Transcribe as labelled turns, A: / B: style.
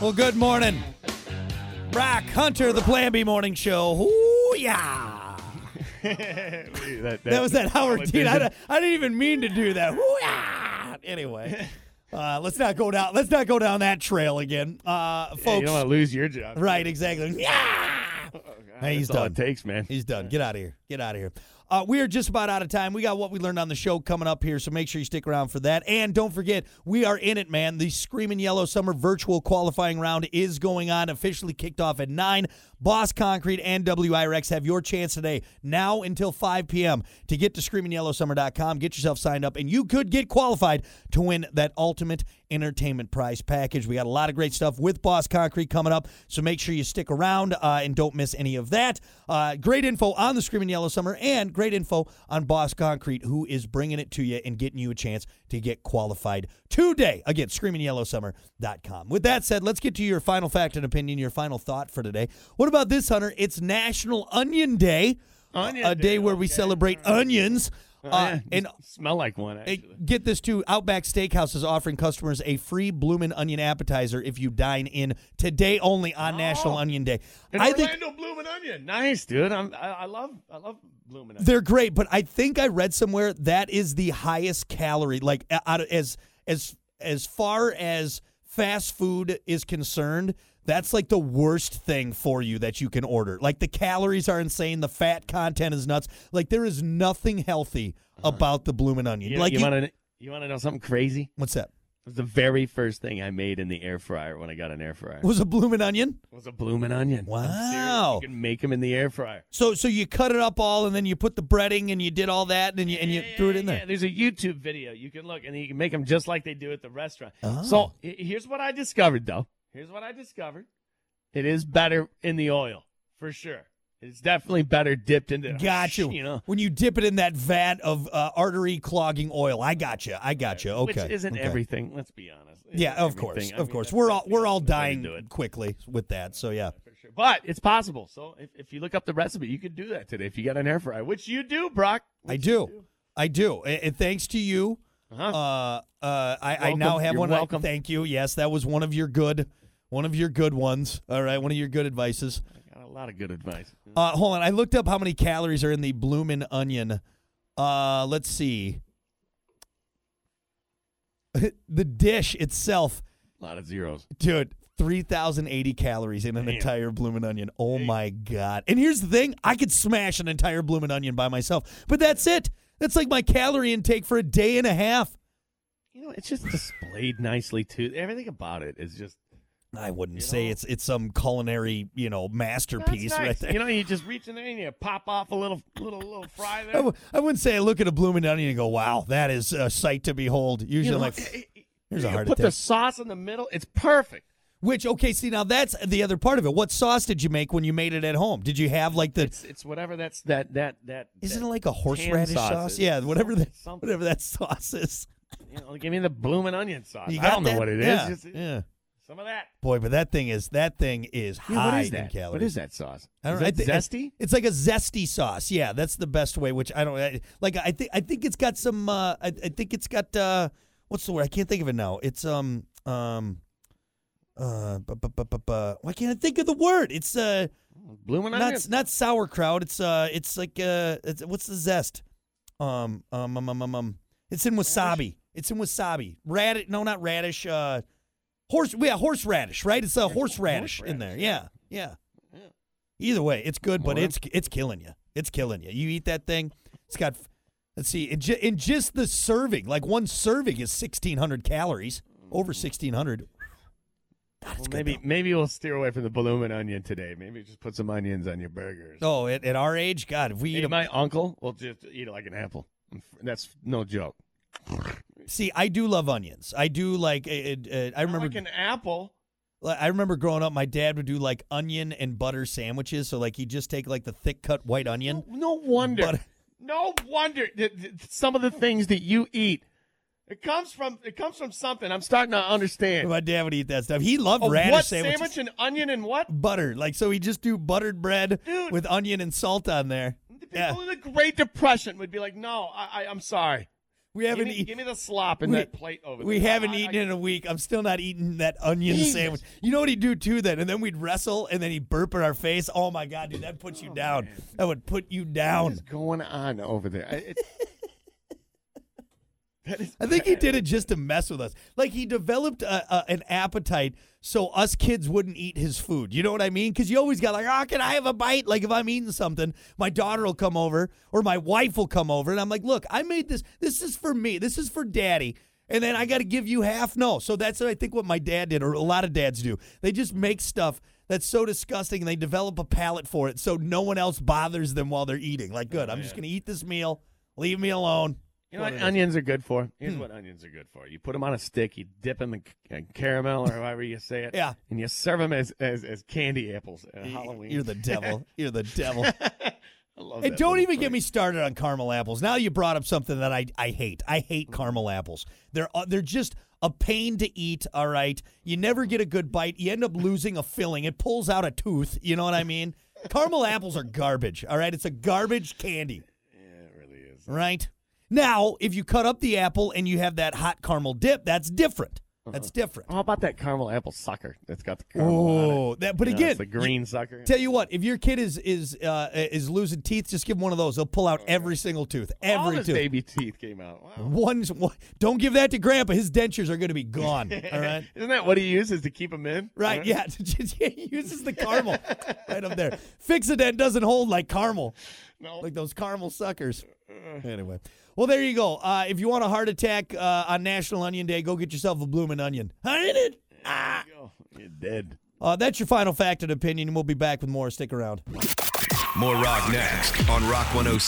A: Well, good morning. Rock Hunter, the Plan B morning show. Ooh, yeah. That was that Howard Dean. I, I didn't even mean to do that. Ooh, yeah. Anyway, uh, let's not go down. Let's not go down that trail again, uh, folks.
B: Yeah, you don't want to lose your job.
A: right? Exactly. Yeah. Hey, he's
B: That's all it
A: done.
B: takes, man.
A: He's done. Get out of here. Get out of here. Uh, we are just about out of time. We got what we learned on the show coming up here, so make sure you stick around for that. And don't forget, we are in it, man. The Screaming Yellow Summer Virtual Qualifying Round is going on, officially kicked off at 9. Boss Concrete and WIRX have your chance today, now until 5 p.m., to get to screamingyellowsummer.com, get yourself signed up, and you could get qualified to win that ultimate entertainment prize package. We got a lot of great stuff with Boss Concrete coming up, so make sure you stick around uh, and don't miss any of that. Uh, great info on the Screaming Yellow Summer and great info on Boss Concrete, who is bringing it to you and getting you a chance to get qualified today. Again, screamingyellowsummer.com. With that said, let's get to your final fact and opinion, your final thought for today. What about this, Hunter? It's National Onion Day,
B: Onion
A: a day where we celebrate onions. Uh, and
B: smell like one.
A: Hey,
B: Actually.
A: get this too. Outback Steakhouse is offering customers a free bloomin' onion appetizer if you dine in today only on
B: Oh.
A: National Onion Day.
B: And
A: I think
B: Orlando Bloomin' Onion. Nice, dude. I'm, I, I love I love Bloomin' Onion.
A: they're great, but I think I read somewhere that is the highest calorie, like a- out of, as as as far as fast food is concerned. That's like the worst thing for you that you can order. Like the calories are insane, the fat content is nuts. Like there is nothing healthy about the bloomin' onion.
B: Uh-huh. You,
A: like
B: you,
A: you-
B: want to you want to know something crazy?
A: what's that?
B: It was the very first thing I made in the air fryer when I got an air fryer.
A: Was a bloomin' onion?
B: was a bloomin' onion. I'm serious.
A: Wow.
B: You can make them in the air fryer.
A: So so you cut it up all, and then you put the breading, and you did all that, and then you and you
B: Yeah,
A: threw it in
B: yeah,
A: there.
B: Yeah, there's a YouTube video you can look, and you can make them just like they do at the restaurant.
A: Oh.
B: So he- here's what I discovered, though. Here's what I discovered. It is better in the oil for sure. It's definitely better dipped into.
A: Got you.
B: You know,
A: when you dip it in that vat of uh, artery clogging oil, I got you. I got you. Okay,
B: which isn't
A: okay.
B: everything. Let's be honest. It
A: Yeah,
B: isn't
A: of course,
B: everything. I
A: of
B: mean,
A: course.
B: that's-
A: We're all
B: that's the
A: we're all
B: ultimate way to
A: dying
B: do it,
A: quickly with that. So yeah,
B: for sure. But it's possible. So if, if you look up the recipe, you could do that today if you got an air fryer, which you do, Brock.
A: I do, I do, and, and thanks to you.
B: Uh-huh.
A: Uh, uh, I, I
B: Welcome.
A: now have
B: You're
A: one.
B: welcome.
A: Thank you. Yes, that was one of your good, one of your good ones. All right, one of your good advices.
B: got a lot of good advice.
A: Uh, hold on. I looked up how many calories are in the bloomin' onion. Uh, let's see. the dish itself,
B: A lot of zeros.
A: dude, 3,080 calories in an
B: Damn.
A: entire bloomin' onion. Oh my God. And here's the thing I could smash an entire bloomin' onion by myself, but that's it. That's like my calorie intake for a day and a half.
B: You know, it's just displayed nicely too. Everything about it is just
A: I wouldn't say it's it's some culinary, you know, masterpiece
B: That's nice.
A: right there.
B: You know, you just reach in there and you pop off a little, little, little fry
A: I
B: there.
A: w- I wouldn't say I look at a blooming onion and go, "Wow, that is a sight to behold." Usually,
B: You know,
A: I'm like,
B: it- it-
A: here's
B: you
A: a heart
B: put the
A: attack.
B: sauce in the middle. It's perfect.
A: Which okay, see now that's the other part of it. What sauce did you make when you made it at home? Did you have like the
B: It's, it's whatever that's that that that.
A: isn't
B: that,
A: it like a horseradish sauce?
B: sauce is
A: Yeah, whatever that
B: something.
A: whatever that sauce is.
B: you know, give me the bloomin' onion sauce.
A: You
B: I
A: got
B: don't know
A: that?
B: what it is.
A: Yeah,
B: Just-
A: yeah.
B: Some of that.
A: Boy, but that thing is that thing is
B: Yeah,
A: high
B: what is
A: in
B: that?
A: calories.
B: What is that sauce?
A: I don't
B: is
A: know. I
B: that
A: thi- I-
B: zesty?
A: It's like a zesty sauce. Yeah, that's the best way. Which I don't I, like. I think I think it's got some. Uh, I, I think it's got uh, what's the word? I can't think of it now. It's um um uh bu- bu- bu- bu- bu- why can't I think of the word? It's uh
B: Bloomin' onion.
A: not not sauerkraut. It's uh it's like uh it's, what's the zest? Um um um um um. um. It's in wasabi. It's in wasabi. Radish? No, not radish. Uh, horse. Yeah, horseradish. Right? It's a horseradish, in there. Yeah, yeah. Either way, it's good, but
B: Moron.
A: it's it's killing you. It's killing you. You eat that thing. It's got. Let's see. In, ju- in just the serving, like one serving is sixteen hundred calories. Over sixteen hundred. God,
B: Well,
A: it's good.
B: maybe maybe we'll steer away from the bloomin' onion today. Maybe just put some onions on your burgers.
A: though. Oh, at, at our age, God, if we eat
B: Maybe
A: a
B: my uncle will just eat it like an apple. That's no joke.
A: See, I do love onions. I do like. It, it, I remember.
B: like an apple.
A: like, I remember growing up, my dad would do like onion and butter sandwiches. So like, he'd just take like the thick cut white onion.
B: No, no wonder.
A: But-
B: no wonder that, that some of the things that you eat it comes from it comes from something. I'm starting to understand.
A: My dad would eat that stuff. He loved
B: A
A: radish
B: what
A: sandwiches.
B: sandwich and onion and what?
A: Butter, like so, he just do buttered bread
B: Dude.
A: with onion and salt on there.
B: The people
A: Yeah.
B: in the Great Depression would be like, "No, I, I I'm sorry.
A: We
B: Give
A: haven't
B: me,
A: eaten.
B: give me the slop in
A: we-
B: that plate over there.
A: We haven't
B: I- I-
A: eaten in a week. I'm still not eating that onion
B: Jesus.
A: sandwich. You know what he'd do too then? And then we'd wrestle and then he'd burp in our face. Oh my god, dude, that puts you
B: Oh,
A: down. That would put you
B: What
A: down.
B: is going on over there? I- It's, that is
A: I think he did it just to mess with us. Like he developed a, a, an appetite so us kids wouldn't eat his food. You know what I mean? Because you always got like, oh, can I have a bite? Like if I'm eating something, my daughter will come over or my wife will come over, and I'm like, look, I made this. This is for me. This is for daddy. And then I got to give you half. No, so that's I think what my dad did, or a lot of dads do. They just make stuff that's so disgusting, and they develop a palate for it, so no one else bothers them while they're eating. Like, good, I'm just gonna eat this meal. Leave me alone.
B: You know what
A: What it is.
B: onions are good for?
A: Hmm.
B: Here's what onions are good for. You put them on a stick, you dip them in c- in caramel or however you say it,
A: Yeah.
B: and you serve them as, as, as candy apples at Halloween.
A: You're the devil. You're the devil.
B: I love
A: And
B: that
A: don't
B: little
A: even get
B: phrase.
A: me started on caramel apples. Now you brought up something that I, I hate. I hate
B: Mm-hmm.
A: caramel apples. They're uh, they're just a pain to eat. All right, you never get a good bite. You end up losing a filling. It pulls out a tooth. You know what I mean? caramel apples are garbage. All right, it's a garbage candy.
B: Yeah, it really is.
A: Right now, if you cut up the apple and you have that hot caramel dip, that's different. That's different.
B: How about that Uh-huh. caramel apple sucker that's got the caramel on it?
A: Oh, that. But
B: You know,
A: again,
B: it's the green sucker.
A: Tell you what, if your kid is is uh, is losing teeth, just give him one of those. They'll pull out every single tooth,
B: All
A: every
B: his
A: tooth.
B: baby teeth came out. Wow.
A: One's one, don't give that to Grandpa. His dentures are going to be gone. All right.
B: Isn't that what he uses to keep them in?
A: Right, yeah. he uses the caramel right up there. Fix a dent doesn't hold like caramel,
B: No.
A: like those caramel suckers. Anyway, well, there you go. Uh, if you want a heart attack uh, on National Onion Day, go get yourself a bloomin' onion. I did it. Ah.
B: Go. You're dead.
A: Uh, that's your final fact and opinion, and we'll be back with more. Stick around.
C: More rock oh next on Rock 106.